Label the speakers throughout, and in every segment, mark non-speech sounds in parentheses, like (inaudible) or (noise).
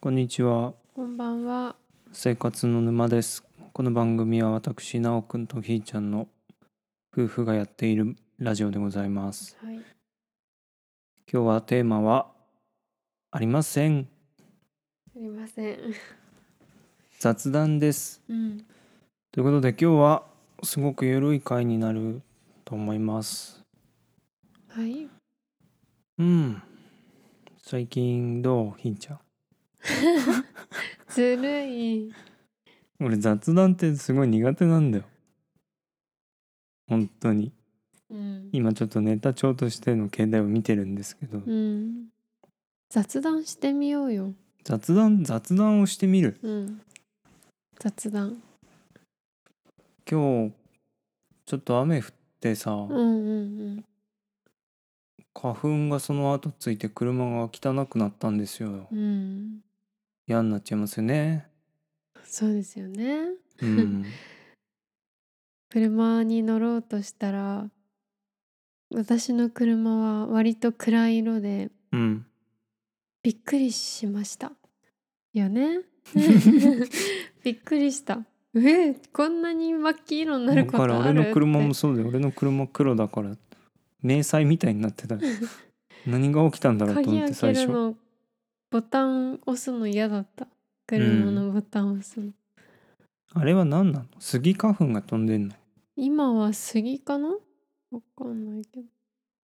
Speaker 1: こんにちは
Speaker 2: こんばんは。
Speaker 1: 生活の沼ですこの番組は私なおくんとひーちゃんの夫婦がやっているラジオでございます
Speaker 2: はい。
Speaker 1: 今日はテーマはありません
Speaker 2: すみません。
Speaker 1: 雑談です
Speaker 2: うん。
Speaker 1: ということで今日はすごく緩い回になると思います
Speaker 2: はい。
Speaker 1: うん最近どうひーちゃん
Speaker 2: ずるい。
Speaker 1: 俺雑談ってすごい苦手なんだよ本当に
Speaker 2: うん。
Speaker 1: 今ちょっとネタ帳としての携帯を見てるんですけど、
Speaker 2: うん。雑談してみようよ。
Speaker 1: 雑談雑談をしてみる
Speaker 2: うん。雑談。
Speaker 1: 今日ちょっと雨降ってさ、
Speaker 2: うんうん
Speaker 1: 花粉がその後ついて車が汚くなったんですよ
Speaker 2: うん。うん。
Speaker 1: 嫌になっちゃいますよね
Speaker 2: そうですよね。
Speaker 1: うん
Speaker 2: 車に乗ろうとしたら、私の車は割と暗い色で
Speaker 1: うん
Speaker 2: びっくりしました。よ (laughs) ね。びっくりした。えこんなに真っ黄色に (laughs) な
Speaker 1: だ
Speaker 2: るこ
Speaker 1: か
Speaker 2: と
Speaker 1: ら
Speaker 2: あ
Speaker 1: 俺
Speaker 2: る
Speaker 1: の車
Speaker 2: って
Speaker 1: もそうだよ俺の車黒だから迷彩みたいになって
Speaker 2: (laughs)
Speaker 1: たよ何が起きたんだろうと
Speaker 2: 鍵
Speaker 1: 思って
Speaker 2: 開け
Speaker 1: 最
Speaker 2: る
Speaker 1: 初
Speaker 2: のボタン押すの嫌だった車のボタン押すの、
Speaker 1: あれは何なのスギ花粉が飛んでんの
Speaker 2: 今は杉かなわかんないけ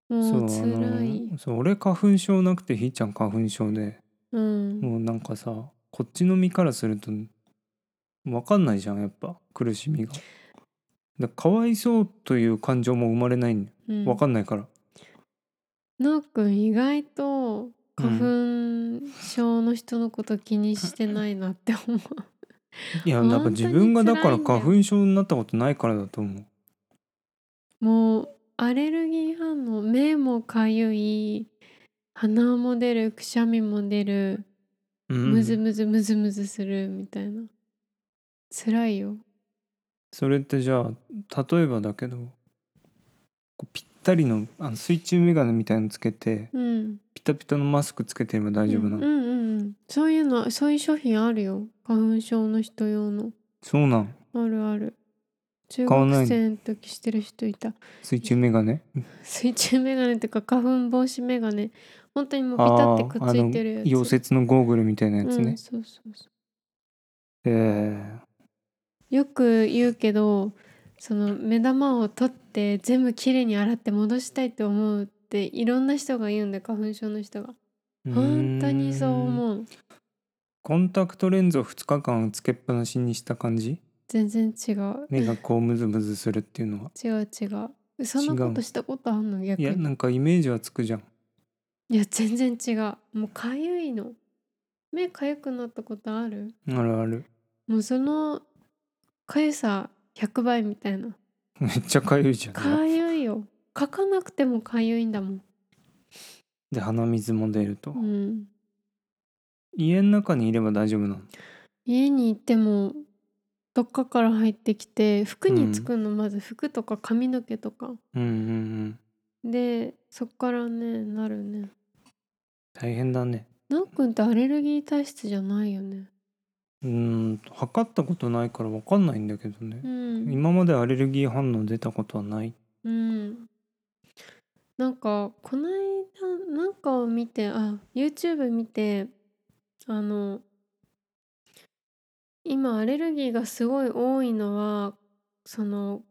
Speaker 2: どもう
Speaker 1: あ
Speaker 2: 辛い
Speaker 1: のそう俺花粉症なくてひーちゃん花粉症で
Speaker 2: うん
Speaker 1: もうなんかさこっちの身からすると分かんないじゃんやっぱ苦しみが。だかわいそうという感情も生まれないんだよ
Speaker 2: うん
Speaker 1: 分かんないから、
Speaker 2: なおくん意外と花粉症の人のこと気にしてないなって思う
Speaker 1: いや
Speaker 2: 本当に
Speaker 1: なんか自分がだから
Speaker 2: 辛いんだよ
Speaker 1: 花粉症になったことないからだと思う
Speaker 2: もうアレルギー反応目もかゆい鼻も出るくしゃみも出る
Speaker 1: うん、
Speaker 2: むずむずむずむずするみたいな辛いよ
Speaker 1: それってじゃあ例えばだけどこうぴったりのあの水中眼鏡みたいのつけて
Speaker 2: うん
Speaker 1: ピタピタのマスクつけてれば大丈夫なの、
Speaker 2: うんうんうんそういうのそういう商品あるよ花粉症の人用の
Speaker 1: そうなん
Speaker 2: あるある中
Speaker 1: 買わないの
Speaker 2: 学生の時してる人いた
Speaker 1: 水中眼鏡
Speaker 2: 水中メガネっていうか花粉防止メガネ本当にもうピタってくっついてるや
Speaker 1: あ
Speaker 2: つ
Speaker 1: ーあの溶接のゴーグルみたいなやつ
Speaker 2: う
Speaker 1: ね
Speaker 2: ん、、そうそうそ
Speaker 1: え
Speaker 2: うよく言うけどその目玉を取って全部きれいに洗って戻したいと思うっていろんな人が言うんで花粉症の人が
Speaker 1: ー、
Speaker 2: 本当にそう
Speaker 1: うーん
Speaker 2: 思う
Speaker 1: コンタクトレンズを2日間つけっぱなしにした感じ
Speaker 2: 全然違う
Speaker 1: 目がこうムズムズするっていうのは
Speaker 2: 違う違うそんなことしたことあんの逆
Speaker 1: い
Speaker 2: に
Speaker 1: やなんかイメージはつくじゃん
Speaker 2: いや全然違うもうかゆいの目かゆくなったことある
Speaker 1: あるある
Speaker 2: もうそのかゆさ100倍みたいな
Speaker 1: めっちゃかゆいじゃん
Speaker 2: かゆいよ書かなくてもかゆいんだもん
Speaker 1: で鼻水も出ると、
Speaker 2: うん
Speaker 1: 家の中にいれば大丈夫なの
Speaker 2: 家に行ってもどっかから入ってきて服につくのまず服とか髪の毛とか
Speaker 1: うんうんうん
Speaker 2: でそっからねなるね
Speaker 1: 大変だね
Speaker 2: なおくんってアレルギー体質じゃないよね
Speaker 1: うーん測ったことないから分かんないんだけどね
Speaker 2: う、ん
Speaker 1: 今までアレルギー反応出たことはない
Speaker 2: うん、なんかこの間なんかを見てあ YouTube 見てあの今アレルギーがすごい多いのはその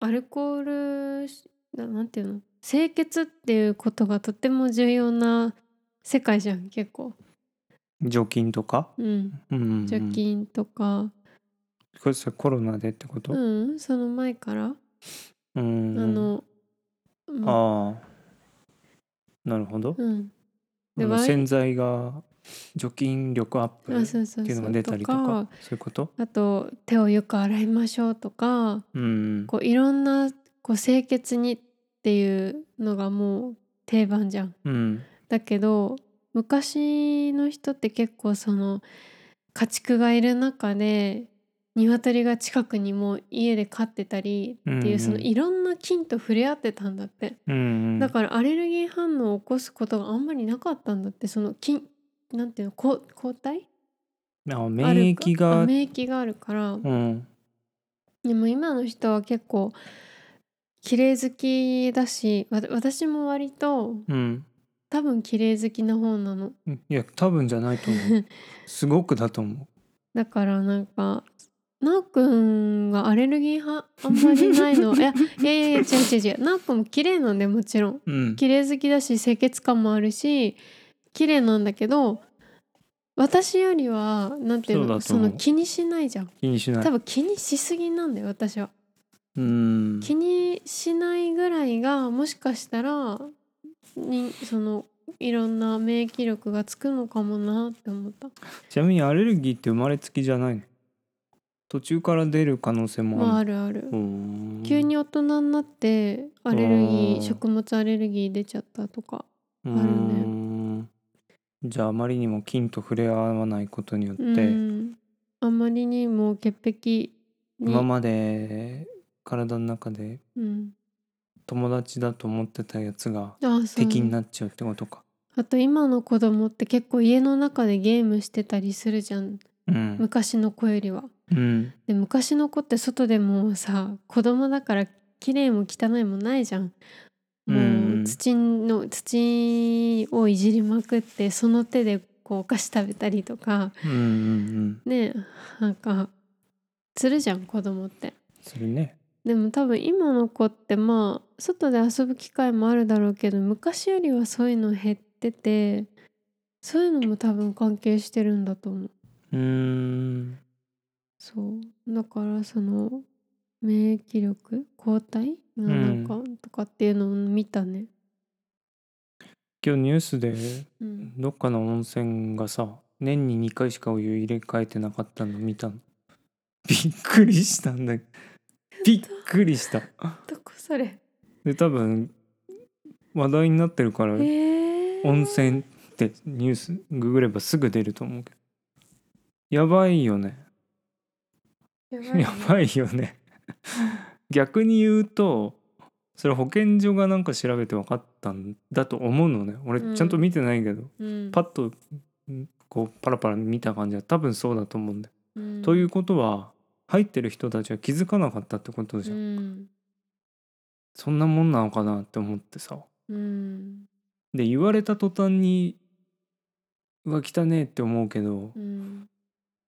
Speaker 2: アルコールしななんていうの清潔っていうことがとても重要な世界じゃん結構、
Speaker 1: 除菌とか、
Speaker 2: うん、
Speaker 1: うんうんうん
Speaker 2: 除菌とか、
Speaker 1: これそれコロナでってこと、
Speaker 2: うん、その前から、
Speaker 1: うんうん
Speaker 2: あの、ま
Speaker 1: ああなるほど、
Speaker 2: うん、
Speaker 1: あ
Speaker 2: で
Speaker 1: の
Speaker 2: わい
Speaker 1: 洗剤が除菌力アップ
Speaker 2: あ
Speaker 1: っ
Speaker 2: そうそう
Speaker 1: ていう
Speaker 2: そ
Speaker 1: のが
Speaker 2: う
Speaker 1: 出たりとか
Speaker 2: とか
Speaker 1: そういうこと
Speaker 2: あと手をよく洗いましょうとか
Speaker 1: うん
Speaker 2: こういろんなこう清潔にっていうのがもう定番じゃん。
Speaker 1: うん
Speaker 2: だけど昔の人って結構その家畜がいる中で鶏が近くにもう家で飼ってたりって
Speaker 1: うん
Speaker 2: いううんそのいろんな菌と触れ合ってたんだって
Speaker 1: うんうん
Speaker 2: だからアレルギー反応を起こすことがあんまりなかったんだってその菌なんていうのこ抗体
Speaker 1: あ
Speaker 2: ある
Speaker 1: 免疫
Speaker 2: あ
Speaker 1: が
Speaker 2: 免疫があるから、
Speaker 1: うん
Speaker 2: でも今の人は結構綺麗好きだしわ私も割と
Speaker 1: うん
Speaker 2: 多分綺麗好きな方なの
Speaker 1: いや多分じゃないと
Speaker 2: (laughs)
Speaker 1: 思うすごくだと思
Speaker 2: だからなんかなおくんがアレルギーはあんまりない
Speaker 1: (laughs)
Speaker 2: のいやいやいやいや違う違う違うなおくんも綺麗なんでもちろん
Speaker 1: ううん
Speaker 2: 綺麗好きだし清潔感もあるし綺麗なんだけど私よりはなんてい
Speaker 1: そ
Speaker 2: うの
Speaker 1: うだと
Speaker 2: そ
Speaker 1: 思う
Speaker 2: の気にしないじゃん
Speaker 1: 気にしな
Speaker 2: 多
Speaker 1: い
Speaker 2: 分気にしすぎなんだよ私は
Speaker 1: うん
Speaker 2: 気にしないぐらいがもしかしたらにそのいろんな免疫力がつくのかもなって思った
Speaker 1: ちなみにアレルギーって生まれつきじゃないの途中から出る可能性もある
Speaker 2: まああるある
Speaker 1: うーん
Speaker 2: 急に大人になってアレルギ
Speaker 1: う
Speaker 2: ー
Speaker 1: ん
Speaker 2: 食物アレルギー出ちゃったとか
Speaker 1: うー
Speaker 2: あるね
Speaker 1: んじゃああまりにも菌と触れ合わないことによって、
Speaker 2: うんあまりにも潔癖に
Speaker 1: 今まで体の中で
Speaker 2: うん、
Speaker 1: 友達だと思ってたやつが
Speaker 2: あそう
Speaker 1: 敵になっちゃうってことか
Speaker 2: あと今の子供って結構家の中でゲームしてたりするじゃん
Speaker 1: うん、
Speaker 2: 昔の子よりは
Speaker 1: うん、
Speaker 2: で昔の子って外でもうさ子供だから綺麗も汚いもないじゃん
Speaker 1: うん
Speaker 2: も
Speaker 1: うん
Speaker 2: う土の土をいじりまくってその手でこうお菓子食べたりとか
Speaker 1: うんうんうん
Speaker 2: ねなんかするじゃん子供って
Speaker 1: するね
Speaker 2: でも多分今の子ってまあ外で遊ぶ機会もあるだろうけど昔よりはそういうの減っててそういうのも多分関係してるんだと思う
Speaker 1: うーん
Speaker 2: そうだからその免疫力抗体がなんか、とかっていうのを見たね。
Speaker 1: 今日ニュースで
Speaker 2: うん、
Speaker 1: どっかの温泉がさ年に2回しかお湯入れ替えてなかったの見たのびっくりしたんだけどびっくりした
Speaker 2: どこそれ
Speaker 1: で多分話題になってるから
Speaker 2: えー、
Speaker 1: 温泉ってニュースググればすぐ出ると思うけどやばいよね
Speaker 2: やばい,、ね、
Speaker 1: やばいよね逆に言うとそれ保健所がなんか調べて分かったんだと思うのね俺
Speaker 2: うん
Speaker 1: ちゃんと見てないけど、
Speaker 2: うん、
Speaker 1: パッとんこうパラパラ見た感じは多分そうだと思うんだよ、
Speaker 2: うん
Speaker 1: ということは入ってる人たちは気づかなかったってことじゃん、
Speaker 2: うん
Speaker 1: そんなもんなのかなって思ってさ
Speaker 2: うん
Speaker 1: で言われた途端にうわ汚ねえって思うけど
Speaker 2: うん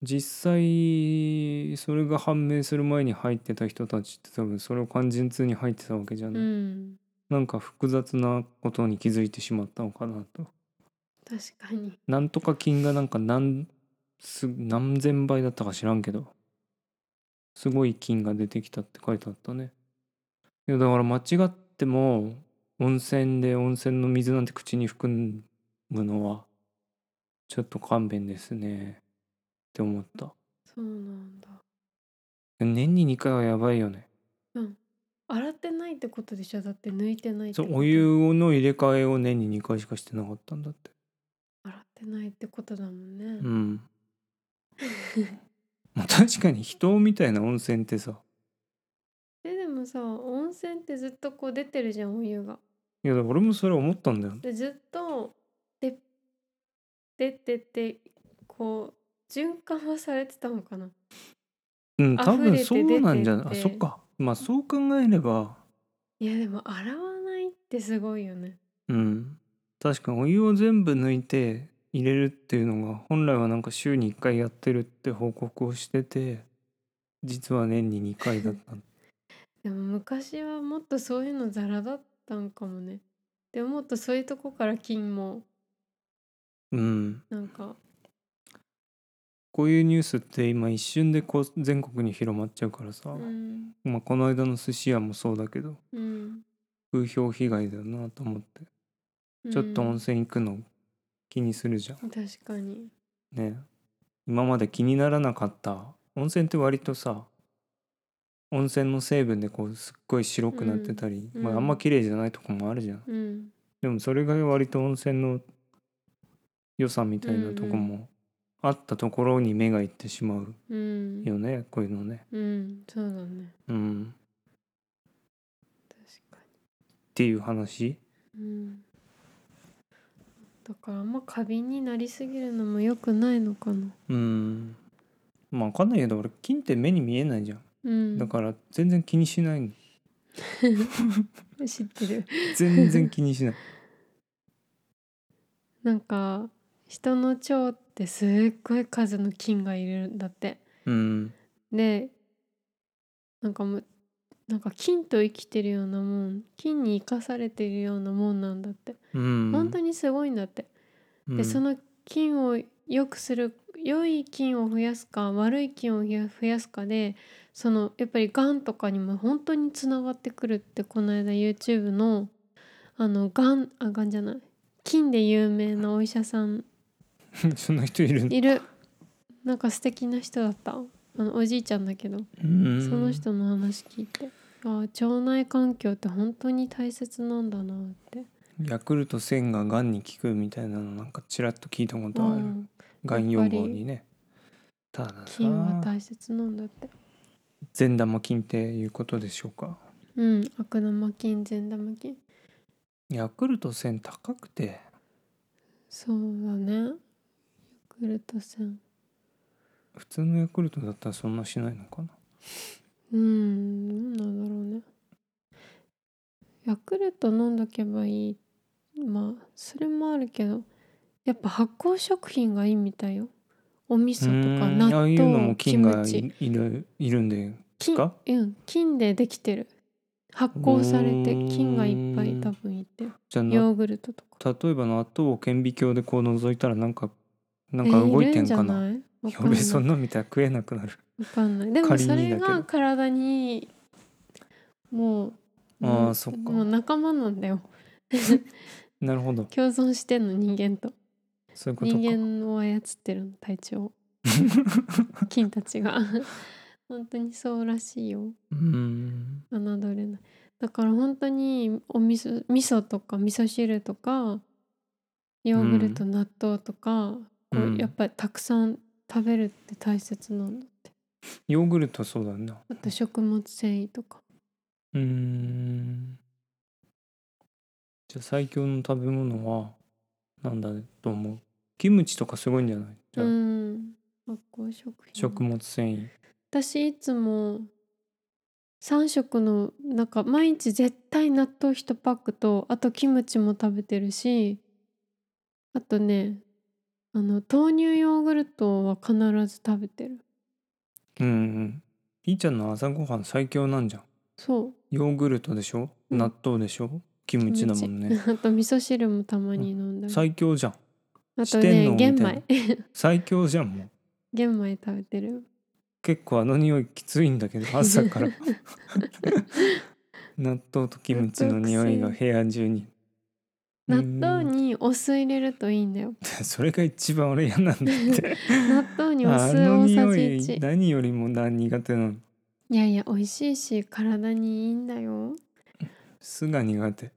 Speaker 1: 実際それが判明する前に入ってた人たちって多分それを肝心痛に入ってたわけじゃ
Speaker 2: う
Speaker 1: ない、
Speaker 2: ん
Speaker 1: なんか複雑なことに気づいてしまったのかなと
Speaker 2: 確かに
Speaker 1: なんとか菌がなんか何す何千倍だったか知らんけどすごい菌が出てきたって書いてあったねいやだから間違っても温泉で温泉の水なんて口に含むのはちょっと勘弁ですねって思った
Speaker 2: そうなんだ
Speaker 1: 年に2回はやばいよね
Speaker 2: 洗ってないってことでしょだって抜いてないって
Speaker 1: そ
Speaker 2: こと
Speaker 1: うお湯の入れ替えを年に2回しかしてなかったんだって
Speaker 2: 洗ってないってことだもんね、
Speaker 1: うん
Speaker 2: (laughs)
Speaker 1: まあ確かに人みたいな温泉ってさ
Speaker 2: えでもさ温泉ってずっとこう出てるじゃんお湯が
Speaker 1: いやだから俺もそれ思ったんだよ
Speaker 2: でずっとで出ててこう循環はされてたのかな
Speaker 1: うん多分
Speaker 2: 溢れて
Speaker 1: そうなんじゃないあ
Speaker 2: 出てって
Speaker 1: そっかまあそう考えれば
Speaker 2: いやでも洗わないってすごいよね
Speaker 1: うん確かにお湯を全部抜いて入れるっていうのが本来はなんか週に1回やってるって報告をしてて実は年に2回だ
Speaker 2: (laughs)
Speaker 1: ったの
Speaker 2: でも昔はもっとそういうのザラだったんかもねでももっとそういうとこから菌も
Speaker 1: うん
Speaker 2: なんか
Speaker 1: こういうニュースって今一瞬でこう全国に広まっちゃうからさ、
Speaker 2: うん
Speaker 1: まあ、この間の寿司屋もそうだけど
Speaker 2: うん
Speaker 1: 風評被害だよなと思ってちょっと
Speaker 2: う
Speaker 1: 温
Speaker 2: ん
Speaker 1: 泉行くの気にするじゃん
Speaker 2: 確かに
Speaker 1: ね今まで気にならなかった温泉って割とさ温泉の成分でこうすっごい白くなってたり、
Speaker 2: うん
Speaker 1: ま
Speaker 2: う
Speaker 1: あ、
Speaker 2: ん
Speaker 1: あんま綺麗じゃないとこもあるじゃん、
Speaker 2: うん
Speaker 1: でもそれが割と温泉の良さみたいなとこ
Speaker 2: うん
Speaker 1: もあったところに目がいってしまう
Speaker 2: うん
Speaker 1: よね、こういうのね
Speaker 2: うんそうだね
Speaker 1: うんっ
Speaker 2: 確か
Speaker 1: ていう話
Speaker 2: にうんだからあんま過敏になりすぎるのも良くないのかな
Speaker 1: うんまあ分かんないけど俺金って目に見えないじゃん
Speaker 2: うん
Speaker 1: だから全然気にしないの
Speaker 2: 知ってる
Speaker 1: 全然気にしない
Speaker 2: なんか人の腸ってすっごい数の菌がいるんだって
Speaker 1: うん
Speaker 2: でなんかもうなんか菌と生きてるようなもん菌に生かされてるようなもんなんだって
Speaker 1: うん
Speaker 2: 本当にすごいんだって、
Speaker 1: に
Speaker 2: で
Speaker 1: (laughs)
Speaker 2: その菌を良くする良い菌を増やすか悪い菌を増や増やすかでそのやっぱりがんとかにも本当につながってくるってこの間 YouTube のあのがんあがんじゃない菌で有名なお医者さん
Speaker 1: そんな人いるの
Speaker 2: いるなんか素敵な人だったあのおじいちゃんだけど
Speaker 1: うん
Speaker 2: その人の話聞いてあー腸内環境って本当に大切なんだなって、
Speaker 1: ヤクルト1000ががんに効くみたいなのなんかちらっと聞いたことあ
Speaker 2: う
Speaker 1: る
Speaker 2: ん
Speaker 1: がん予防にねただ
Speaker 2: 菌は
Speaker 1: さ
Speaker 2: 大切なんだって
Speaker 1: 善玉菌っていうことでしょうか
Speaker 2: うん悪玉菌善玉菌
Speaker 1: ヤクルト1000高くて
Speaker 2: そうだねヤクルト戦
Speaker 1: 普通のヤクルトだったらそんなしないのかな
Speaker 2: うんどうなんだろうねヤクルト飲んどけばいいまあそれもあるけどやっぱ発酵食品がいいみたいよお味噌とか
Speaker 1: うん
Speaker 2: 納
Speaker 1: ああいうのも
Speaker 2: 豆キ
Speaker 1: 菌
Speaker 2: ム
Speaker 1: が
Speaker 2: チ
Speaker 1: いいるいるんで
Speaker 2: 菌
Speaker 1: か
Speaker 2: うん菌でできてる発酵されて菌がいっぱい多分いて
Speaker 1: じゃあな
Speaker 2: ヨーグルトとか
Speaker 1: 例えば納豆を顕微鏡でこう覗いたらなんかなんか動いてんかな,、
Speaker 2: えーいるんじ
Speaker 1: や
Speaker 2: ゃないわかん
Speaker 1: べ
Speaker 2: ない
Speaker 1: そんな見たら食えなくなる
Speaker 2: わかんないでも
Speaker 1: 仮に
Speaker 2: そ
Speaker 1: だけ
Speaker 2: れ
Speaker 1: ど
Speaker 2: が体にもう
Speaker 1: あー
Speaker 2: もう
Speaker 1: そっか
Speaker 2: もう仲間なんだよ
Speaker 1: なるほど
Speaker 2: 共存してんの人間と
Speaker 1: そういうことか
Speaker 2: 人間を操ってるの体調
Speaker 1: (laughs)
Speaker 2: を菌たちが (laughs) 本当にそうらしいよ
Speaker 1: うん
Speaker 2: 侮れないだから本当にお味噌味噌とか味噌汁とかヨーグルト、納豆とかこ
Speaker 1: う
Speaker 2: うんやっぱりたくさん食べるって大切なの
Speaker 1: ヨーグルトそうだな
Speaker 2: あと食物繊維とか
Speaker 1: うーんじゃあ最強の食べ物はなんだと思うキムチとかすごいんじゃないじゃ
Speaker 2: う
Speaker 1: あ、
Speaker 2: ん発酵食品
Speaker 1: 食物繊維
Speaker 2: 私いつも3食のなんか毎日絶対納豆1パックとあとキムチも食べてるしあとねあの豆乳ヨーグルトは必ず食べてる
Speaker 1: うんうんひーちゃんの朝ごはん最強なんじゃん
Speaker 2: そう
Speaker 1: ヨーグルトでしょ、
Speaker 2: うん
Speaker 1: 納豆でしょキムチだもん
Speaker 2: キム
Speaker 1: ね
Speaker 2: チあと味噌汁もたまに飲んだり、
Speaker 1: 最強じゃん
Speaker 2: あと
Speaker 1: 四天王
Speaker 2: ね
Speaker 1: みたいな
Speaker 2: 玄米
Speaker 1: 最強じゃんもう
Speaker 2: (laughs) 玄米食べてる
Speaker 1: 結構あの匂いきついんだけ
Speaker 2: (laughs)
Speaker 1: ど朝から (laughs) 納豆とキムチの匂いが部屋中に
Speaker 2: 納
Speaker 1: う
Speaker 2: 豆にお酢入れるといいんだよ
Speaker 1: ーんそれが一番俺嫌なんだって
Speaker 2: 納豆にお
Speaker 1: あ
Speaker 2: 酢
Speaker 1: の
Speaker 2: 大さ
Speaker 1: 匂
Speaker 2: じ
Speaker 1: い
Speaker 2: 1
Speaker 1: 何よりもな苦手なの
Speaker 2: いやいや美味しいし体にいいんだよ
Speaker 1: 酢が苦手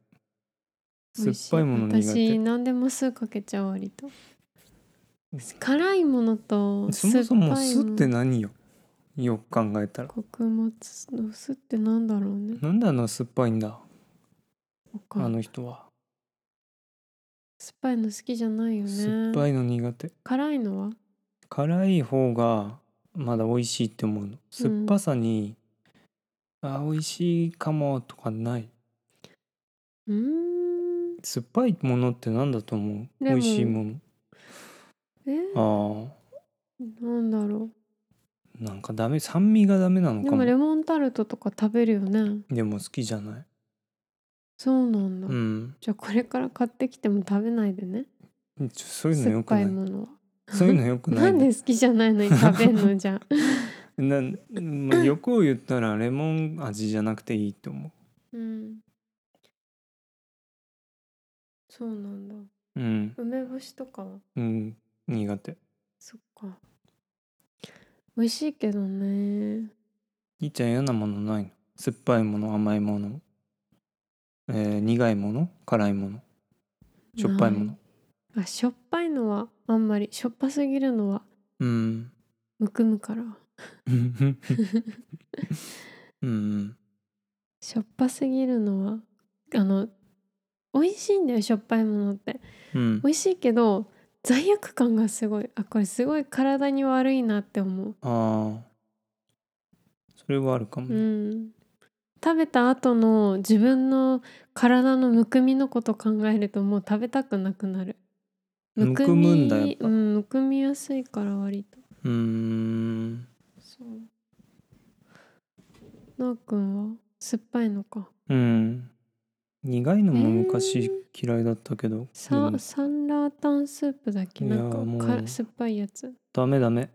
Speaker 2: 美
Speaker 1: 酸っ
Speaker 2: 味し
Speaker 1: ぱいもの苦
Speaker 2: 私
Speaker 1: 手
Speaker 2: 何でも酢かけちゃう割と辛いものと
Speaker 1: そ
Speaker 2: 酸っぱ
Speaker 1: も
Speaker 2: い
Speaker 1: そ
Speaker 2: も
Speaker 1: も酢
Speaker 2: の
Speaker 1: って何よよく考えたら
Speaker 2: 穀物の酢ってなんだろうね
Speaker 1: なんであんな酸っぱいんだ
Speaker 2: わか
Speaker 1: あ
Speaker 2: んない
Speaker 1: の人は
Speaker 2: 酸っぱいの好きじゃないよね
Speaker 1: 酸っぱいの苦手
Speaker 2: 辛いのは
Speaker 1: 辛い方がまだ美味しいって思うの酸っぱさに、あ美味しいかもとかないう
Speaker 2: ーん
Speaker 1: 酸っぱいものって何だと思う美
Speaker 2: レモン
Speaker 1: 味しいも
Speaker 2: え
Speaker 1: の
Speaker 2: なんだろ
Speaker 1: あーなんかダメ酸味がダメな
Speaker 2: う
Speaker 1: の
Speaker 2: で
Speaker 1: かも
Speaker 2: も
Speaker 1: で
Speaker 2: レ
Speaker 1: も
Speaker 2: モンタルトとか食べるよね
Speaker 1: 好きじゃない
Speaker 2: そうなんだ、
Speaker 1: うん
Speaker 2: じゃあこれから買ってきても食べないでね
Speaker 1: ちょそういうの
Speaker 2: 酸
Speaker 1: よ
Speaker 2: っ
Speaker 1: く
Speaker 2: ぱ
Speaker 1: ないい
Speaker 2: ものは
Speaker 1: そういうのよくな
Speaker 2: ないんで好きじゃないのに食べんのじ
Speaker 1: (laughs)
Speaker 2: ゃあ
Speaker 1: な、まあ、欲を言ったらレモン味じゃなくていいと思
Speaker 2: うんそうなんだ
Speaker 1: ううん
Speaker 2: 梅干しとかは
Speaker 1: うん苦手
Speaker 2: そっか美味しいけどね
Speaker 1: いっちゃん嫌なものないの酸っぱいもの甘いもの、えー苦いもの辛いものしょっぱいも
Speaker 2: な
Speaker 1: の
Speaker 2: あしょっぱいのはあんまりしょっぱすぎるのは
Speaker 1: うん
Speaker 2: むくむから
Speaker 1: うんうん
Speaker 2: しょっぱすぎるのはあの美味しいんだよしょっぱいものって
Speaker 1: うん
Speaker 2: 美味しいけど罪悪感がすごいあこれすごい体に悪いなって思う
Speaker 1: ああそれはあるかも、
Speaker 2: う
Speaker 1: ね
Speaker 2: ん食べた後の自分の体のむくみのこと考えるともう食べたくなくなる
Speaker 1: むくむんだやっぱ
Speaker 2: うんむくみやすいから割と
Speaker 1: うーん
Speaker 2: そうなあくんは酸っぱいのか
Speaker 1: うん苦いのも昔嫌いだったけど、で
Speaker 2: サ
Speaker 1: も
Speaker 2: サンラータンスープだっけ
Speaker 1: いや
Speaker 2: な
Speaker 1: ー
Speaker 2: んか
Speaker 1: も
Speaker 2: か
Speaker 1: う
Speaker 2: 酸っぱいやつ
Speaker 1: ダメダメ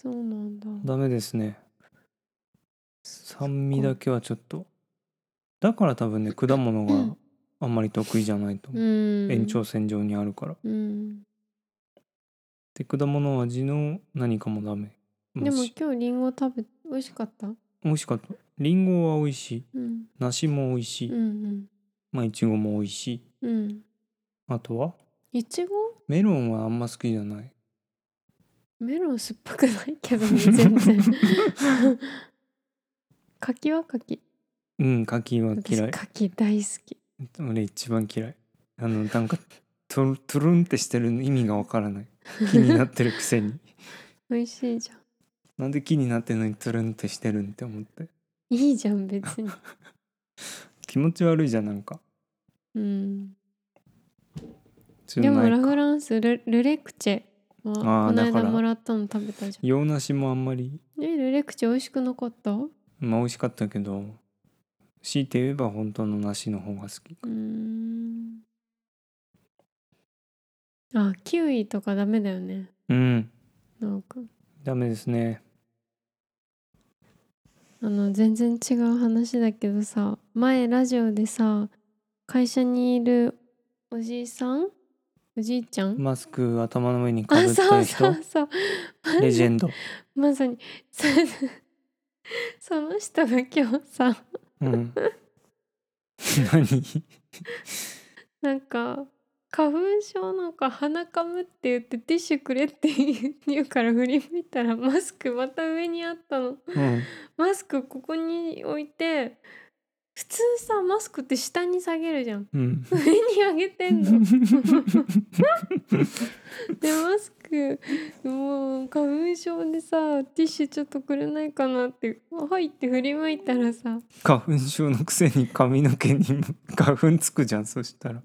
Speaker 2: そうなんだ
Speaker 1: ダメですね酸味だけはちょっとだから多分ね果物
Speaker 2: う
Speaker 1: が
Speaker 2: ん
Speaker 1: あんまり得意じゃないと思う、
Speaker 2: うん
Speaker 1: 延長線上にあるから
Speaker 2: うん
Speaker 1: で果物味の何かもダメ
Speaker 2: でも
Speaker 1: まあし
Speaker 2: 今日りんご食べ美味しかった
Speaker 1: 美味しかったりんごは美味しい
Speaker 2: うん
Speaker 1: 梨も美味しい、
Speaker 2: うん
Speaker 1: まあいちごも美味しい
Speaker 2: うんうん
Speaker 1: あとはい
Speaker 2: ちご
Speaker 1: メロンはあんま好きじゃない
Speaker 2: メロン酸っぱくないけどね
Speaker 1: (laughs)
Speaker 2: 全然柿は柿
Speaker 1: うん柿は
Speaker 2: 私
Speaker 1: 嫌い
Speaker 2: 柿大好き
Speaker 1: 俺一番嫌いあのなんかトゥルトゥルンってしてる意味がわからない気になってるくせに
Speaker 2: 美味しいじゃん
Speaker 1: なんで気になってんのにトゥルンってしてるんって思って
Speaker 2: いいじゃん別に
Speaker 1: 気持ち悪いじゃんなんか
Speaker 2: うん
Speaker 1: そうい
Speaker 2: で
Speaker 1: うのな
Speaker 2: も
Speaker 1: い
Speaker 2: ラ
Speaker 1: か
Speaker 2: フランスルルレクチェ
Speaker 1: あ
Speaker 2: はこ
Speaker 1: ー
Speaker 2: の
Speaker 1: だか
Speaker 2: 間
Speaker 1: ら
Speaker 2: もらったの食べたじゃ
Speaker 1: 洋梨もあんまり
Speaker 2: んえルレクチェ美味しくなかったう
Speaker 1: まあ美味しかったけど強いて言えば本当の梨の方が好き
Speaker 2: ーんあキウイとかダメだよね
Speaker 1: うん
Speaker 2: なんか
Speaker 1: ダメですね
Speaker 2: あの全然違う話だけどさ前ラジオでさ会社にいるおじいさんおじいちゃん、
Speaker 1: マスク頭の上にか
Speaker 2: あ
Speaker 1: ぶった
Speaker 2: そう
Speaker 1: 人
Speaker 2: そうそう (laughs)
Speaker 1: レジェンド
Speaker 2: まさに (laughs) そその人が今日さ
Speaker 1: うん
Speaker 2: (laughs)
Speaker 1: 何
Speaker 2: なんか花粉症なんか鼻かむって言ってティッシュくれって言う言うから振り向いたらマスクまた上にあったの
Speaker 1: うん
Speaker 2: マスクここに置いて普通さマスクって下に下げるじゃん
Speaker 1: うん
Speaker 2: 上に上げて
Speaker 1: (laughs)
Speaker 2: んのでマスクもう花粉症でさティッシュちょっとくれないかなって「はい」って振り向いたらさ
Speaker 1: 花粉症のくせに髪の毛にも花粉つくじゃんそしたら
Speaker 2: 「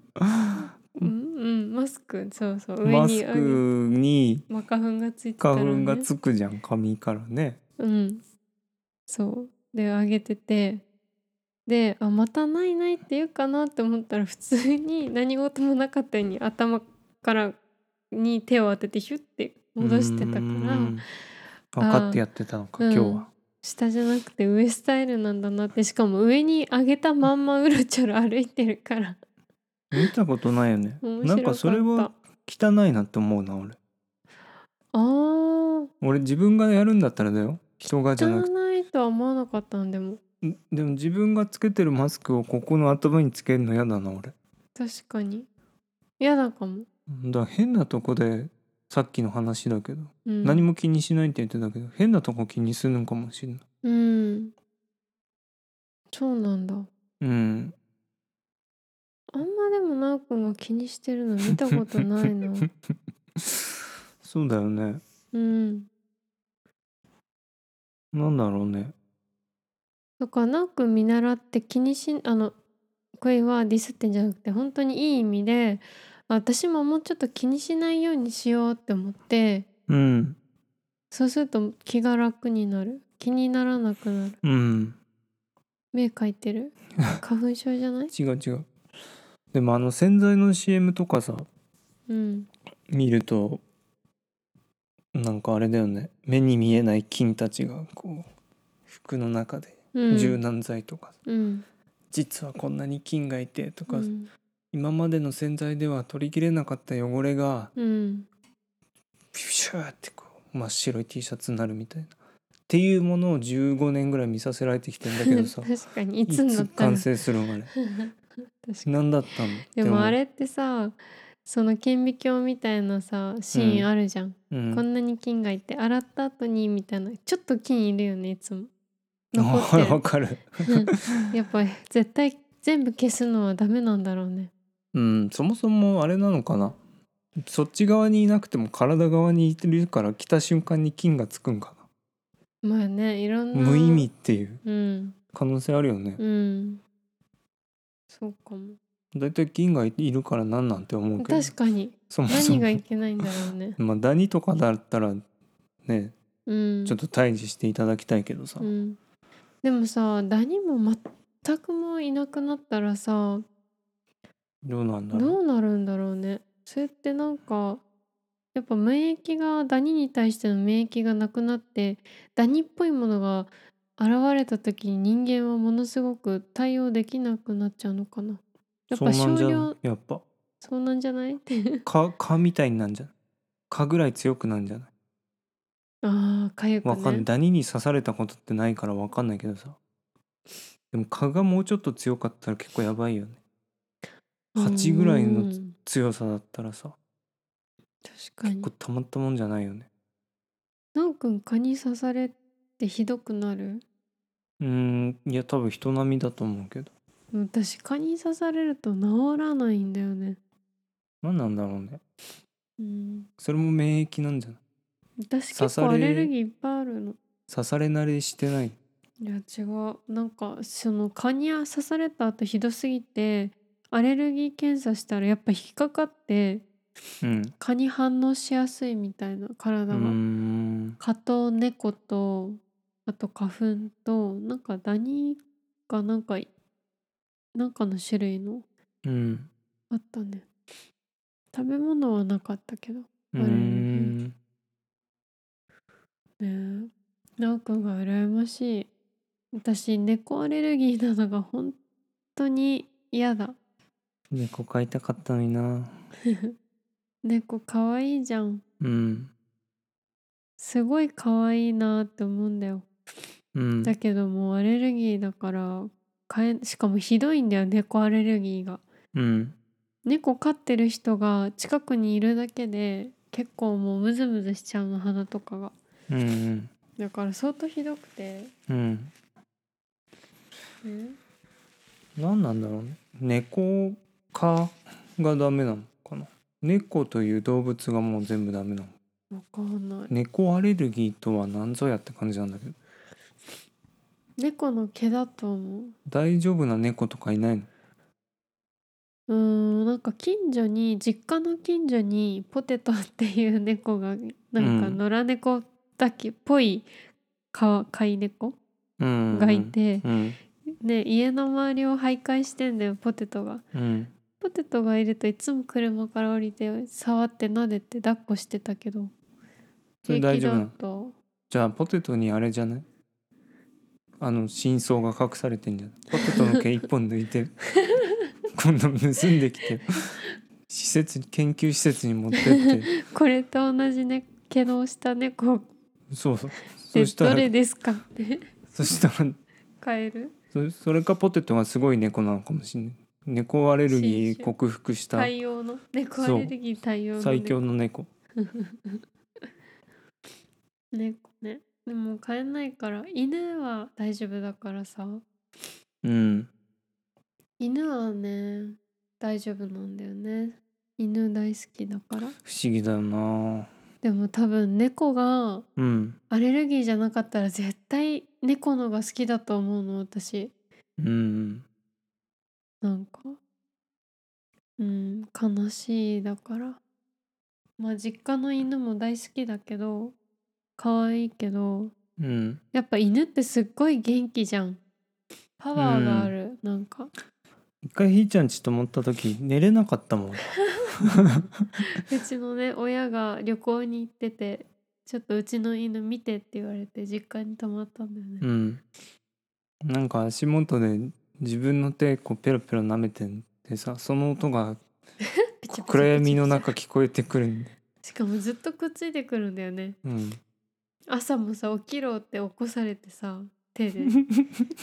Speaker 2: うんうんマスクそうそう上
Speaker 1: マ
Speaker 2: に
Speaker 1: スク
Speaker 2: 上げ
Speaker 1: に
Speaker 2: まあ花粉がついてたら、
Speaker 1: 花
Speaker 2: ね、
Speaker 1: 粉がつくじゃん髪からね
Speaker 2: うんそうで上げててであまたないないって言うかなって思ったら普通に何事もなかったように頭からに手を当ててヒュッて戻してたか
Speaker 1: う
Speaker 2: ら
Speaker 1: ん分かってやってたのか
Speaker 2: あー
Speaker 1: 今日
Speaker 2: う
Speaker 1: は
Speaker 2: ん下じゃなくて上スタイルなんだなってしかも上に上げたまんまうろちょろ歩いてるから
Speaker 1: 見たことないよね
Speaker 2: 面
Speaker 1: な
Speaker 2: 白
Speaker 1: ん
Speaker 2: か
Speaker 1: か
Speaker 2: った
Speaker 1: それは汚いなって思うな俺
Speaker 2: あー
Speaker 1: 俺自分がやるんだったらだよ人がじゃなくて
Speaker 2: 汚いとは思わなかったんでも
Speaker 1: んでも自分がつけてるマスクをここの頭につけるの嫌だな俺
Speaker 2: 確かに嫌だかも、
Speaker 1: だから変なとこでさっきの話だけど、
Speaker 2: うん、
Speaker 1: 何も気にしないって言ってたけど変なとこ気にするのかもしれない
Speaker 2: うんそうなんだ
Speaker 1: うん (laughs)
Speaker 2: あんまでもなおくんが気にしてるの見たことないな
Speaker 1: そうだよね
Speaker 2: うん
Speaker 1: なんだろうね
Speaker 2: だからなおくん見習って気にしんあのこれはディスってんじゃなくて本当にいい意味であ私ももうちょっと気にしないようにしようって思って
Speaker 1: うん
Speaker 2: そうすると気が楽になる気にならなくなる
Speaker 1: うん
Speaker 2: 目かい
Speaker 1: (laughs)
Speaker 2: てる花粉症じゃない
Speaker 1: 違う違うでもあの洗剤の CM とかさ
Speaker 2: うん
Speaker 1: 見るとなんかあれだよね目に見えない菌たちがこう服の中で
Speaker 2: うん
Speaker 1: 柔軟剤とか、
Speaker 2: うん
Speaker 1: 実はこんなに菌がいてとか、
Speaker 2: うん
Speaker 1: 今までの洗剤では取りきれなかった汚れが
Speaker 2: うん
Speaker 1: ピシューってこう真っ白い T シャツになるみたいなっていうものを15年ぐらい見させられてきてんだけどさ
Speaker 2: 確か (laughs) にい
Speaker 1: い
Speaker 2: つにな
Speaker 1: つ
Speaker 2: ったら
Speaker 1: 完成するのあれ
Speaker 2: (laughs) 確かに
Speaker 1: 何だったの
Speaker 2: でもあ
Speaker 1: っ
Speaker 2: れってさその顕微鏡みたいなさシーンあるじゃん、
Speaker 1: て思ううん
Speaker 2: こんなに菌がいて洗った後にみたいなちょっと菌いるよねいつも残
Speaker 1: (laughs) わ
Speaker 2: って
Speaker 1: わかる
Speaker 2: るやっぱ絶対全部消すのはダメなんだろうね
Speaker 1: うんそもそもあれなのかなそっち側にいなくても体側にいるから来た瞬間に菌がつくんか
Speaker 2: まあねいろん
Speaker 1: な
Speaker 2: な
Speaker 1: 無意味っていう
Speaker 2: うん
Speaker 1: 可能性あるよね
Speaker 2: うんそうかも
Speaker 1: だいたい菌がいるからなんなんて思うけど
Speaker 2: 確かに
Speaker 1: そもそ
Speaker 2: 何
Speaker 1: も
Speaker 2: がいけないんだろ
Speaker 1: (laughs)
Speaker 2: うね
Speaker 1: まあダニとかだったらね
Speaker 2: うん
Speaker 1: ちょっと退治していただきたいけどさ
Speaker 2: うん、でもさダニも全くもういなくなったらさ
Speaker 1: どうなんだろう
Speaker 2: どうなるんだろうねそれってなんかやっぱ免疫がダニに対しての免疫がなくなってダニっぽいものが現れた時に人間はものすごく対応できなくなっちゃうのかなやっ
Speaker 1: そう
Speaker 2: ぱ
Speaker 1: な
Speaker 2: 少
Speaker 1: んじゃ
Speaker 2: 量
Speaker 1: ないやっぱ
Speaker 2: そうなんじゃない (laughs)
Speaker 1: 蚊蚊みたいになんじゃない蚊ぐらい強くなんじゃない
Speaker 2: ああかゆくね
Speaker 1: わかんないダニに刺されたことってないからわかんないけどさでも蚊がもうちょっと強かったら結構やばいよね8ぐらいの
Speaker 2: うん
Speaker 1: 強さだったらさ
Speaker 2: 確かに
Speaker 1: これたまったもんじゃないよね
Speaker 2: なおくん蚊に刺されてひどくなる
Speaker 1: うーんいや多分人並みだと思うけど
Speaker 2: 私蚊に刺されると治らないんだよね、
Speaker 1: 何なんだろうね
Speaker 2: うん、
Speaker 1: それも免疫なんじゃない
Speaker 2: 私
Speaker 1: 刺
Speaker 2: 結
Speaker 1: され
Speaker 2: 構アレルギーいっぱいあるの
Speaker 1: 刺され慣れしてない
Speaker 2: いや違うなんかその蚊に刺された後ひどすぎてアレルギー検査したらやっぱ引っかかって
Speaker 1: うん
Speaker 2: 蚊に反応しやすいみたいな
Speaker 1: うー
Speaker 2: 体が、
Speaker 1: ん
Speaker 2: 蚊と猫とあと花粉となんかダニがなんかなんかの種類の
Speaker 1: うん
Speaker 2: あったね食べ物はなかったけど
Speaker 1: う
Speaker 2: あ
Speaker 1: ー
Speaker 2: れ
Speaker 1: ん
Speaker 2: ねえなおくんが羨ましい私猫アレルギーなのが本当に嫌だ
Speaker 1: 猫飼いたかったのにな
Speaker 2: 猫かわいいじゃん
Speaker 1: うん
Speaker 2: すごいかわいいなって思うんだよ
Speaker 1: うん
Speaker 2: だけどもうアレルギーだから飼えしかもひどいんだよ猫アレルギーが
Speaker 1: うん
Speaker 2: 猫飼ってる人が近くにいるだけで結構もうムズムズしちゃうの鼻とかが
Speaker 1: うんうん
Speaker 2: だから相当ひどくて、
Speaker 1: うん
Speaker 2: ね、
Speaker 1: 何なんだろうね猫科がダメなのかな猫という動物がもう全部ダメなの
Speaker 2: わかんない
Speaker 1: 猫アレルギーとは何ぞやって感じなんだけど
Speaker 2: 猫の毛だと思う
Speaker 1: 大丈夫な猫とかいないの
Speaker 2: うーんなんか近所に実家の近所にポテトっていう猫がなんか
Speaker 1: うん
Speaker 2: 野良猫だけっぽいか飼い猫
Speaker 1: うん
Speaker 2: がいて、
Speaker 1: うん
Speaker 2: ね、家の周りを徘徊してんだよポテトが。
Speaker 1: うん
Speaker 2: ポテトがいるといつも車から降りて触って撫でて抱っこしてたけど
Speaker 1: それ大丈夫なの
Speaker 2: 平気だと
Speaker 1: じゃあポテトにあれじゃないあの真相が隠されてんじゃないポテトの毛一本抜い
Speaker 2: (laughs)
Speaker 1: て今度盗んできて施設に研究施設に持ってって
Speaker 2: これと同じ、ね、毛のした猫っ
Speaker 1: そうそうそ
Speaker 2: て
Speaker 1: した
Speaker 2: ど
Speaker 1: ら
Speaker 2: れですか (laughs) って
Speaker 1: そしたら
Speaker 2: カエル
Speaker 1: そそれかポテトがすごい猫なのかもしれない猫アレルギ
Speaker 2: 新
Speaker 1: ー
Speaker 2: 種
Speaker 1: 克服した
Speaker 2: 対応の猫アレルギー対応の
Speaker 1: 最
Speaker 2: 猫
Speaker 1: 強の猫
Speaker 2: 猫ねでも飼えないから犬は大丈夫だからさ
Speaker 1: うん
Speaker 2: 犬はね大丈夫なんだよね犬大好きだから
Speaker 1: 不思議だよな
Speaker 2: でも多分猫が
Speaker 1: うん
Speaker 2: アレルギーじゃなかったら絶対猫のが好きだと思うの私
Speaker 1: うん
Speaker 2: なんかうん悲しいだからまあ実家の犬も大好きだけど可愛いけど
Speaker 1: うん
Speaker 2: やっぱ犬ってすっごい元気じゃんパワーがある、なんか
Speaker 1: 一回ひーちゃんちと思った時寝れなかったもん
Speaker 2: うちのね (laughs) 親が旅行に行っててちょっとうちの犬見てって言われて実家に泊まったんだよね、
Speaker 1: うんなんか足元で自分の手こうペロペロ舐めててさその音が
Speaker 2: ピチャピチャピチャ
Speaker 1: 暗闇の中聞こえてくるんで
Speaker 2: しかもずっとくっついてくるんだよね
Speaker 1: うん
Speaker 2: 朝もさ起きろって起こされてさ手 (laughs) で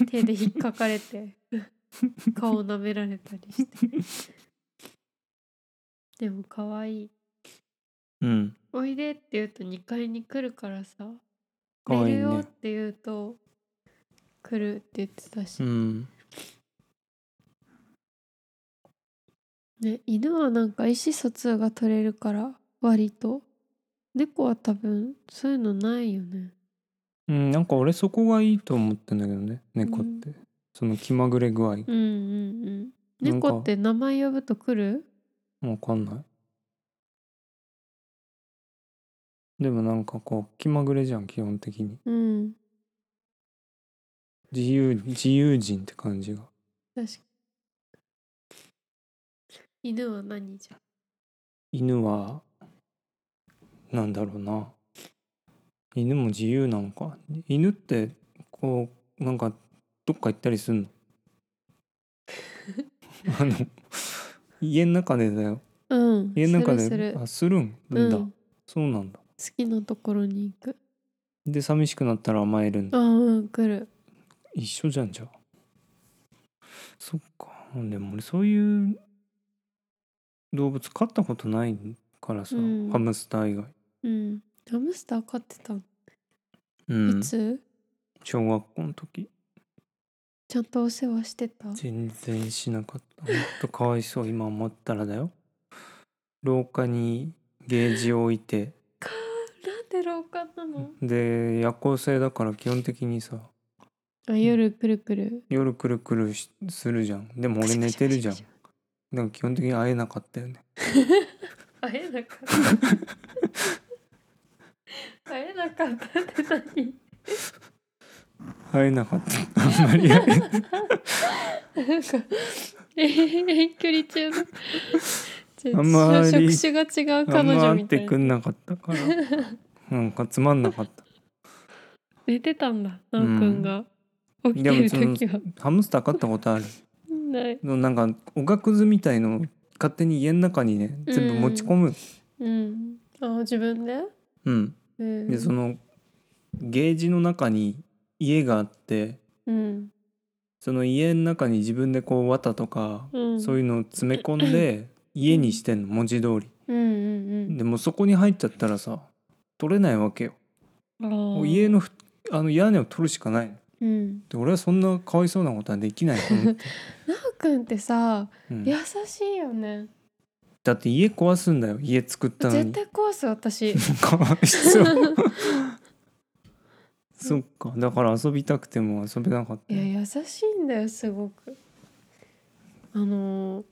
Speaker 2: 手で引っかかれて顔を舐められたり (laughs) してでも可愛い (laughs)
Speaker 1: うん
Speaker 2: おいでって言うと2階に来るからさ
Speaker 1: かわいい
Speaker 2: 寝るよっ
Speaker 1: ね
Speaker 2: て言うと来るって言ってたし、
Speaker 1: うん
Speaker 2: ね、犬はなんか意思疎通が取れるから割と猫は多分そういうのないよね
Speaker 1: うんなんか俺そこがいいと思ってんだけどね猫って、その気まぐれ具合
Speaker 2: うんうんうん
Speaker 1: なんか
Speaker 2: 猫って名前呼ぶと来る
Speaker 1: わかんないでもなんかこう気まぐれじゃん基本的に
Speaker 2: うん
Speaker 1: 自由自由人って感じが
Speaker 2: 確かに犬は何じゃ
Speaker 1: 犬はなんだろうな犬も自由なのか犬ってこうなんかどっか行ったりす
Speaker 2: (laughs)
Speaker 1: んのあの家の中でだよ
Speaker 2: うん
Speaker 1: 家の中です
Speaker 2: るする
Speaker 1: あするんだ、
Speaker 2: うん、好
Speaker 1: そうなんだ
Speaker 2: きなところに行く
Speaker 1: で寂しくなったら甘えるんだ
Speaker 2: ああうん来る
Speaker 1: 一緒じゃんじゃあそっかでも俺そういう動物飼ったことないからさ、
Speaker 2: うん
Speaker 1: ハムスター以外
Speaker 2: うんハムスター飼ってたの、
Speaker 1: うん
Speaker 2: いつ
Speaker 1: 小学校の時
Speaker 2: ちゃんとお世話してた
Speaker 1: 全然しなかったほんとかわいそう今思ったらだよ廊下にゲージを置いて
Speaker 2: なんで廊下なの
Speaker 1: で夜行性だから基本的にさ
Speaker 2: あ夜くるくる
Speaker 1: 夜くるくるしするじゃんでも俺寝てるじゃんだから基本的に会えなかったよね
Speaker 2: 会えなかった。会えなかったって何
Speaker 1: 会えなかったあんまり
Speaker 2: (laughs)
Speaker 1: 会えな
Speaker 2: なんか遠距離中のじゃ
Speaker 1: あんまり
Speaker 2: 職種が
Speaker 1: あ
Speaker 2: 違う
Speaker 1: ん
Speaker 2: 彼
Speaker 1: ま
Speaker 2: 女
Speaker 1: 会っ
Speaker 2: みた
Speaker 1: て
Speaker 2: い
Speaker 1: く
Speaker 2: なん
Speaker 1: なかったからなんかつまんなかった
Speaker 2: 寝てたんだなおくんが、起き
Speaker 1: で
Speaker 2: て
Speaker 1: も
Speaker 2: る
Speaker 1: その
Speaker 2: 時は
Speaker 1: ハムスター飼ったことある
Speaker 2: ない
Speaker 1: なんかおがくずみたいのを勝手に家の中にね全部持ち込む
Speaker 2: うんあ自分で
Speaker 1: うん
Speaker 2: うん
Speaker 1: でそのゲージの中に家があって
Speaker 2: うん
Speaker 1: その家の中に自分でこう綿とか、
Speaker 2: うん
Speaker 1: そういうのを詰め込んで家にしてんの文字通り
Speaker 2: うんうん
Speaker 1: でもそこに入っちゃったらさ取れないわけよ
Speaker 2: うんあ
Speaker 1: も
Speaker 2: あ
Speaker 1: う家のふあの屋根を取るしかない
Speaker 2: うん
Speaker 1: で俺はそんなかわいそうなことはできないと
Speaker 2: (laughs)
Speaker 1: 思って、
Speaker 2: なおくんってさ
Speaker 1: うん
Speaker 2: 優しいよね
Speaker 1: だって家壊すんだよ家作ったの
Speaker 2: 絶
Speaker 1: に
Speaker 2: 対壊
Speaker 1: (laughs)
Speaker 2: す私
Speaker 1: かわい
Speaker 2: (laughs)
Speaker 1: そう (laughs) そっかだから遊びたくても遊べなかった
Speaker 2: いや優しいんだよすごくあのー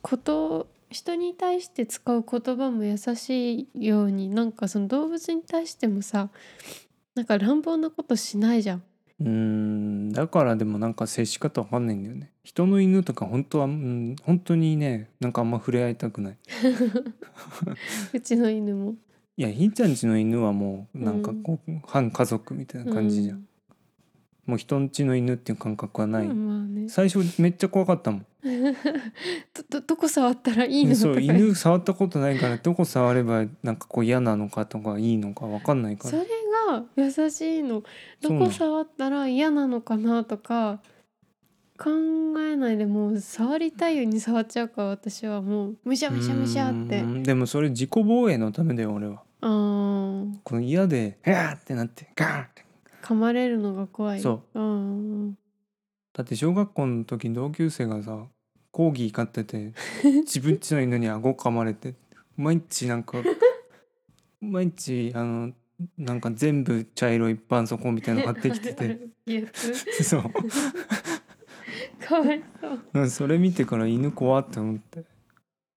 Speaker 2: こと人に対して使う言葉も優しいようになんかその動物に対してもさなんか乱暴なことしないじゃん
Speaker 1: うーんだからでもなんか接し方わかんないんだよね人の犬とか本当はうん本当にねなんかあんま触れ合いたくないう
Speaker 2: ちの犬も
Speaker 1: いやひーちゃんちの犬はもうなんかこう、半家族みたいな感じじゃん、
Speaker 2: うん
Speaker 1: もう人んちの犬っていう感覚はない、
Speaker 2: まあね
Speaker 1: 最初めっちゃ怖かったもん
Speaker 2: どどどこ触ったらいいの
Speaker 1: そう
Speaker 2: とか言って
Speaker 1: 犬触ったことないからどこ触ればなんかこう嫌なのかとかいいのかわかんないか
Speaker 2: そ
Speaker 1: ら
Speaker 2: れが優しいの
Speaker 1: そ
Speaker 2: ど
Speaker 1: うなの
Speaker 2: こ触ったら嫌なのかなとか考えないでもう触りたいように触っちゃうから私はもうむしゃむしゃむしゃって
Speaker 1: うーんでもそれ自己防衛のためだよ俺は
Speaker 2: あー
Speaker 1: この嫌で「ガー!」ってなってガーって
Speaker 2: 噛まれるのが怖い
Speaker 1: そう
Speaker 2: うん
Speaker 1: だって小学校の時同級生がさコーギー飼って
Speaker 2: (laughs)
Speaker 1: て自分ちの犬に顎噛まれて毎日なんか毎日あのなんか全部茶色い絆創膏みたいなの買ってきて
Speaker 2: (laughs)
Speaker 1: て
Speaker 2: ゲップ
Speaker 1: そう
Speaker 2: かわいそう
Speaker 1: うんそれ見てから犬怖って思って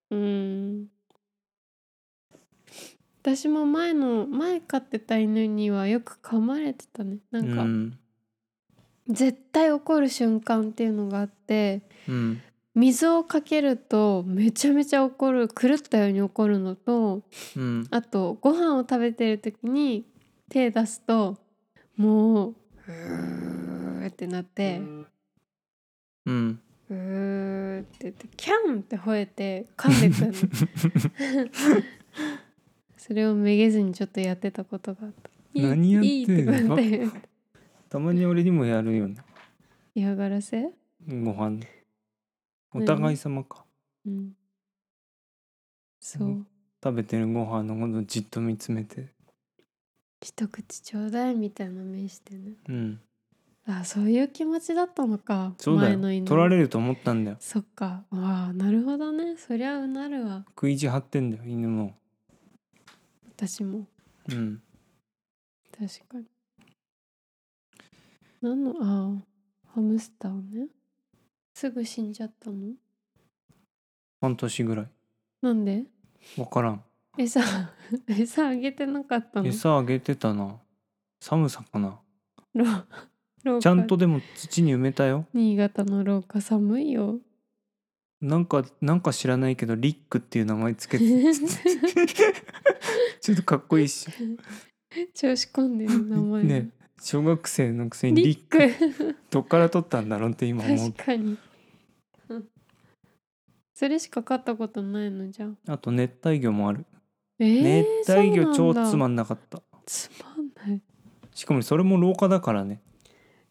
Speaker 2: うん私も前の前飼ってた犬にはよく噛まれてたねな
Speaker 1: うん
Speaker 2: か、
Speaker 1: ん
Speaker 2: 絶対怒る瞬間っていうのがあって
Speaker 1: うん
Speaker 2: 水をかけるとめちゃめちゃ怒る狂ったように怒るのと
Speaker 1: うん
Speaker 2: あとご飯を食べてる時に手出すともううーってなって
Speaker 1: うん
Speaker 2: うーって言ってキャンって吠えて噛んでくるの (laughs) それをめげずにちょっとやってたことがあったいい
Speaker 1: 何やってんの
Speaker 2: いいって言われて
Speaker 1: たまに俺にもやるよね
Speaker 2: 嫌がらせ、
Speaker 1: ご飯お互い様か
Speaker 2: うん、そう、
Speaker 1: うん食べてるご飯のことをじっと見つめて
Speaker 2: 一口ちょうだいみたいな目してね
Speaker 1: うん
Speaker 2: あそういう気持ちだったのか
Speaker 1: そうだよ
Speaker 2: 前の犬
Speaker 1: 取られると思ったんだよ
Speaker 2: そっかああなるほどねそりゃうなるわ
Speaker 1: 食い地張ってんだよ犬も
Speaker 2: 私も
Speaker 1: うん
Speaker 2: 確かに何のああハムスターねすぐ死んじゃったの
Speaker 1: 半年ぐらい
Speaker 2: なんで
Speaker 1: 分からん
Speaker 2: 餌 (laughs) 餌あげてなかったの
Speaker 1: 餌あげてたな寒さかな
Speaker 2: ろ廊下
Speaker 1: ちゃんとでも土に埋めたよ
Speaker 2: 新潟の廊下寒いよ
Speaker 1: なんかなんか知らないけどリックっていう名前つけてちょっとかっこいいし
Speaker 2: (laughs) 調子こんでる名前が
Speaker 1: ね小学生のくせにリ
Speaker 2: リ
Speaker 1: ッ
Speaker 2: ッ
Speaker 1: ク
Speaker 2: ク
Speaker 1: どっから取ったんだろうって今思
Speaker 2: 確
Speaker 1: う
Speaker 2: かに (laughs) うんそれしか飼ったことないのじゃん
Speaker 1: あと熱帯魚もある、
Speaker 2: えー、
Speaker 1: 熱帯魚
Speaker 2: そ
Speaker 1: 超
Speaker 2: うなんだ
Speaker 1: つまんなかった
Speaker 2: つまんない
Speaker 1: しかもそれも廊下だからね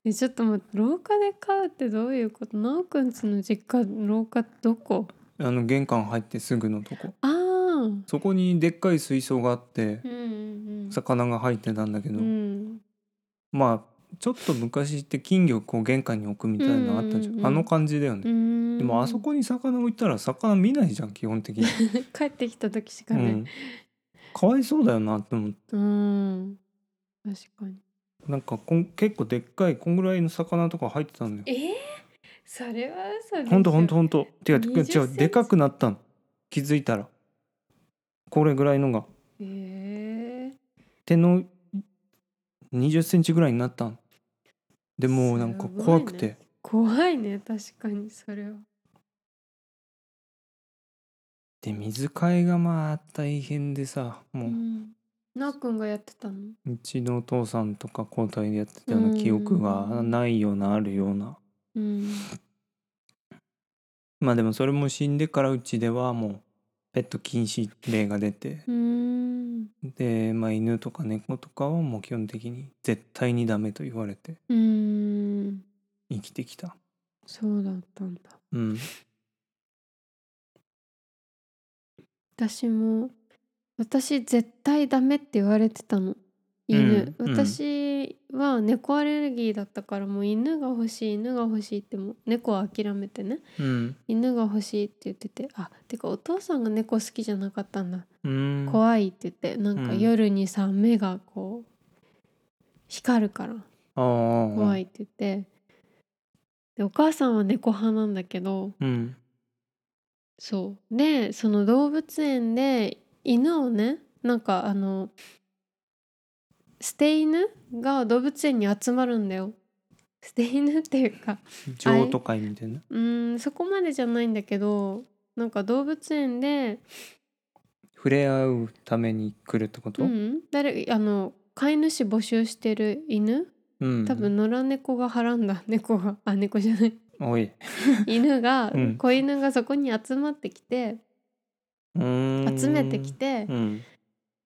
Speaker 2: えちょっと待って廊下で飼うってどういうことなおくんちの実家廊下どこ
Speaker 1: あの玄関入ってすぐのとこ
Speaker 2: ああうん
Speaker 1: そこにでっかい水槽があって
Speaker 2: うんうん
Speaker 1: 魚が入ってたんだけ
Speaker 2: う
Speaker 1: ど、
Speaker 2: ん
Speaker 1: まあちょっと昔って金魚をこう玄関に置くみたいなのあったじゃん,、
Speaker 2: うんうんうん
Speaker 1: あの感じだよね、
Speaker 2: うん
Speaker 1: でもあそこに魚置いたら魚見ないじゃん基本的に、
Speaker 2: (laughs) 帰ってきた時し
Speaker 1: う
Speaker 2: かね
Speaker 1: ん、かわいそうだよなって思って
Speaker 2: うん確かに
Speaker 1: なんかこん結構でっかいこんぐらいの魚とか入ってたんだよ
Speaker 2: えー、それは嘘
Speaker 1: (laughs)
Speaker 2: でしょ
Speaker 1: ほんとほんとほんとてかてか
Speaker 2: 20セン
Speaker 1: 違
Speaker 2: チ
Speaker 1: うでかくなったの気づいたらこれぐらいのが
Speaker 2: えー、
Speaker 1: 手の2 0センチぐらいになったのでもうなんか
Speaker 2: すごいね
Speaker 1: 怖くて、
Speaker 2: 怖いね確かにそれは
Speaker 1: で水替えがまあ大変でさもう、う
Speaker 2: うんなおくんがやってたの
Speaker 1: ちのお父さんとか交代でやってたような記憶がないようなあるような
Speaker 2: うん
Speaker 1: まあでもそれも死んでからうちではもうペット禁止令が出て
Speaker 2: うん
Speaker 1: で、まあ、犬とか猫とかはもう基本的に絶対にダメと言われて
Speaker 2: うん
Speaker 1: 生きてきた
Speaker 2: そうだったんだ
Speaker 1: うん
Speaker 2: 私も私絶対ダメって言われてたの犬、
Speaker 1: うんうん
Speaker 2: 私は猫アレルギーだったからもう犬が欲しい犬が欲しいってもう猫は諦めてね
Speaker 1: うん
Speaker 2: 犬が欲しいって言っててあてかお父さんが猫好きじゃなかったんだ
Speaker 1: うん
Speaker 2: 怖いって言ってなんか
Speaker 1: うん
Speaker 2: 夜にさ目がこう光るから怖
Speaker 1: 怖
Speaker 2: いって言ってでお母さんは猫派なんだけど
Speaker 1: うん
Speaker 2: そうでその動物園で犬をねなんかあの捨て犬が動物園に集まるんだよ捨て犬っていうか
Speaker 1: 譲渡会みたいな
Speaker 2: うーんそこまでじゃないんだけどなんか動物園で
Speaker 1: 触れ合うために来るってこと、
Speaker 2: ううん誰あの飼い主募集してる犬
Speaker 1: うん
Speaker 2: 多分野良猫がはらんだ猫があ猫じゃない
Speaker 1: おい
Speaker 2: 犬が、
Speaker 1: うん
Speaker 2: 子犬がそこに集まってきて
Speaker 1: うーん
Speaker 2: 集めてきて
Speaker 1: う、ん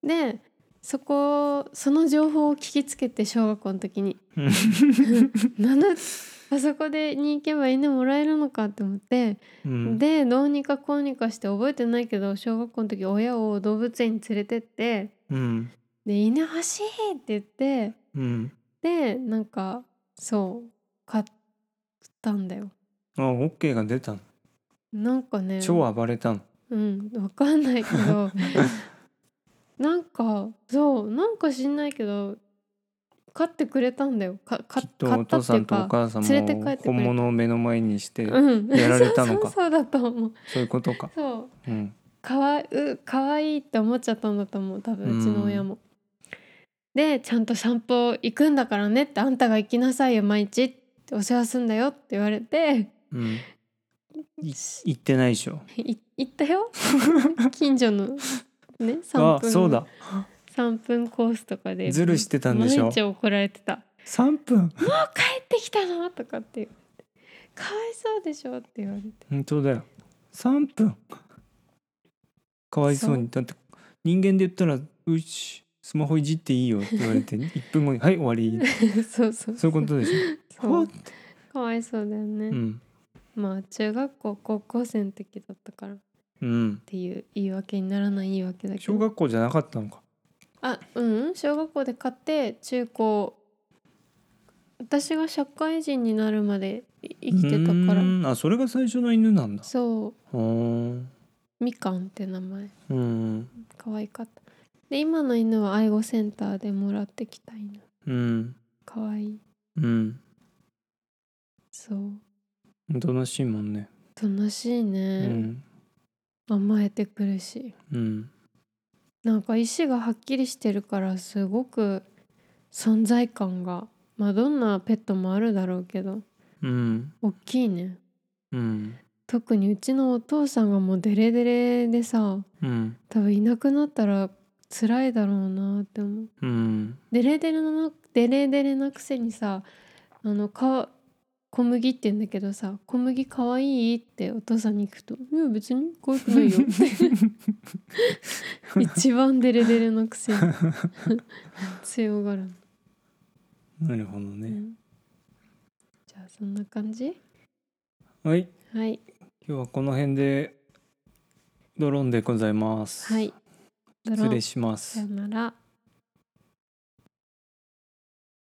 Speaker 2: でそこその情報を聞きつけて小学校の時に (laughs)
Speaker 1: うん
Speaker 2: 「なんだあそこでに行けば犬もらえるのか」って思って、
Speaker 1: うん
Speaker 2: でどうにかこうにかして覚えてないけど小学校の時親を動物園に連れてって
Speaker 1: うん
Speaker 2: 「で犬欲しい!」って言って
Speaker 1: うん
Speaker 2: でなんかそう買ったんだよ。
Speaker 1: あ OK が出たの
Speaker 2: なんかね
Speaker 1: 超暴れたの
Speaker 2: うんわかんないけ
Speaker 1: (laughs)
Speaker 2: どなんかそうなんか知んないけど飼ってくれたんだよかか
Speaker 1: きっと
Speaker 2: 買
Speaker 1: お
Speaker 2: っ
Speaker 1: 父
Speaker 2: たって
Speaker 1: さ
Speaker 2: い
Speaker 1: ん
Speaker 2: う
Speaker 1: とお
Speaker 2: か
Speaker 1: 母さん
Speaker 2: 連れて帰って
Speaker 1: も
Speaker 2: くれた
Speaker 1: 本物を目の前にして
Speaker 2: うん
Speaker 1: やられたのか
Speaker 2: (laughs) そうそうそうだと思う
Speaker 1: そういうことか
Speaker 2: そう
Speaker 1: うん
Speaker 2: かわいうかわいいって思っちゃったんだと思う多分うちの親も。でちゃんと散歩行くんだからねってあんたが行きなさいよ毎日ってお世話すんだよって言われて
Speaker 1: うんい行ってないでしょ
Speaker 2: い行った
Speaker 1: (laughs)
Speaker 2: よ近所のね3
Speaker 1: あ
Speaker 2: 分
Speaker 1: そうだ
Speaker 2: 3分コースとかで
Speaker 1: ずるしてたんでしょ
Speaker 2: 毎日怒られてた
Speaker 1: 3分
Speaker 2: 「もう帰ってきたの?」とかって言われて「かわいそうでしょ」って言われて
Speaker 1: 本当だよ3分かわいそうにだって人間で言ったら「うしスマホいじっていいよ」って言われ
Speaker 2: (laughs)
Speaker 1: て1分後に「はい終わり
Speaker 2: そうそう」
Speaker 1: そういうことでしょ
Speaker 2: そ
Speaker 1: は
Speaker 2: うかわいそうだよね、
Speaker 1: うん
Speaker 2: まあ中学校高校生の時だったからっ
Speaker 1: うん
Speaker 2: ていう言い訳にならない言い訳だけど
Speaker 1: 小学校じゃなかったのか
Speaker 2: あうん小学校で買って中高私が社会人になるまでい生きてたか
Speaker 1: う
Speaker 2: ら
Speaker 1: ーんあそれが最初の犬なんだ
Speaker 2: そう
Speaker 1: ー
Speaker 2: うみかんって名前
Speaker 1: うん
Speaker 2: 可愛かったで今の犬は愛護センターでもらってきた犬
Speaker 1: うん
Speaker 2: 可愛い
Speaker 1: うん
Speaker 2: そう
Speaker 1: おとなしいもんね
Speaker 2: おとなしいうね、
Speaker 1: ん
Speaker 2: 甘えてくるし
Speaker 1: うん
Speaker 2: なんか意思がはっきりしてるからすごく存在感がまあどんなペットもあるだろうけど
Speaker 1: うん
Speaker 2: 大きいね
Speaker 1: うん
Speaker 2: 特にうちのお父さんがもうデレデレでさ
Speaker 1: うん
Speaker 2: 多分いなくなったら辛いだろうなって思う
Speaker 1: うん
Speaker 2: デレデレなデレデレなくせにさあのか小麦って言うんだけどさ「小麦かわいい?」ってお父さんに聞くと「いや別に可愛くな
Speaker 1: (laughs)
Speaker 2: いよ」って一番デレデレなくせに強がるの、
Speaker 1: なるほど
Speaker 2: う
Speaker 1: ね
Speaker 2: んじゃあそんな感じ
Speaker 1: はい
Speaker 2: はい
Speaker 1: 今日はこの辺でドローンでございます
Speaker 2: はいドロ
Speaker 1: 失
Speaker 2: ー
Speaker 1: 礼
Speaker 2: ン
Speaker 1: しま
Speaker 2: さ
Speaker 1: す
Speaker 2: よなら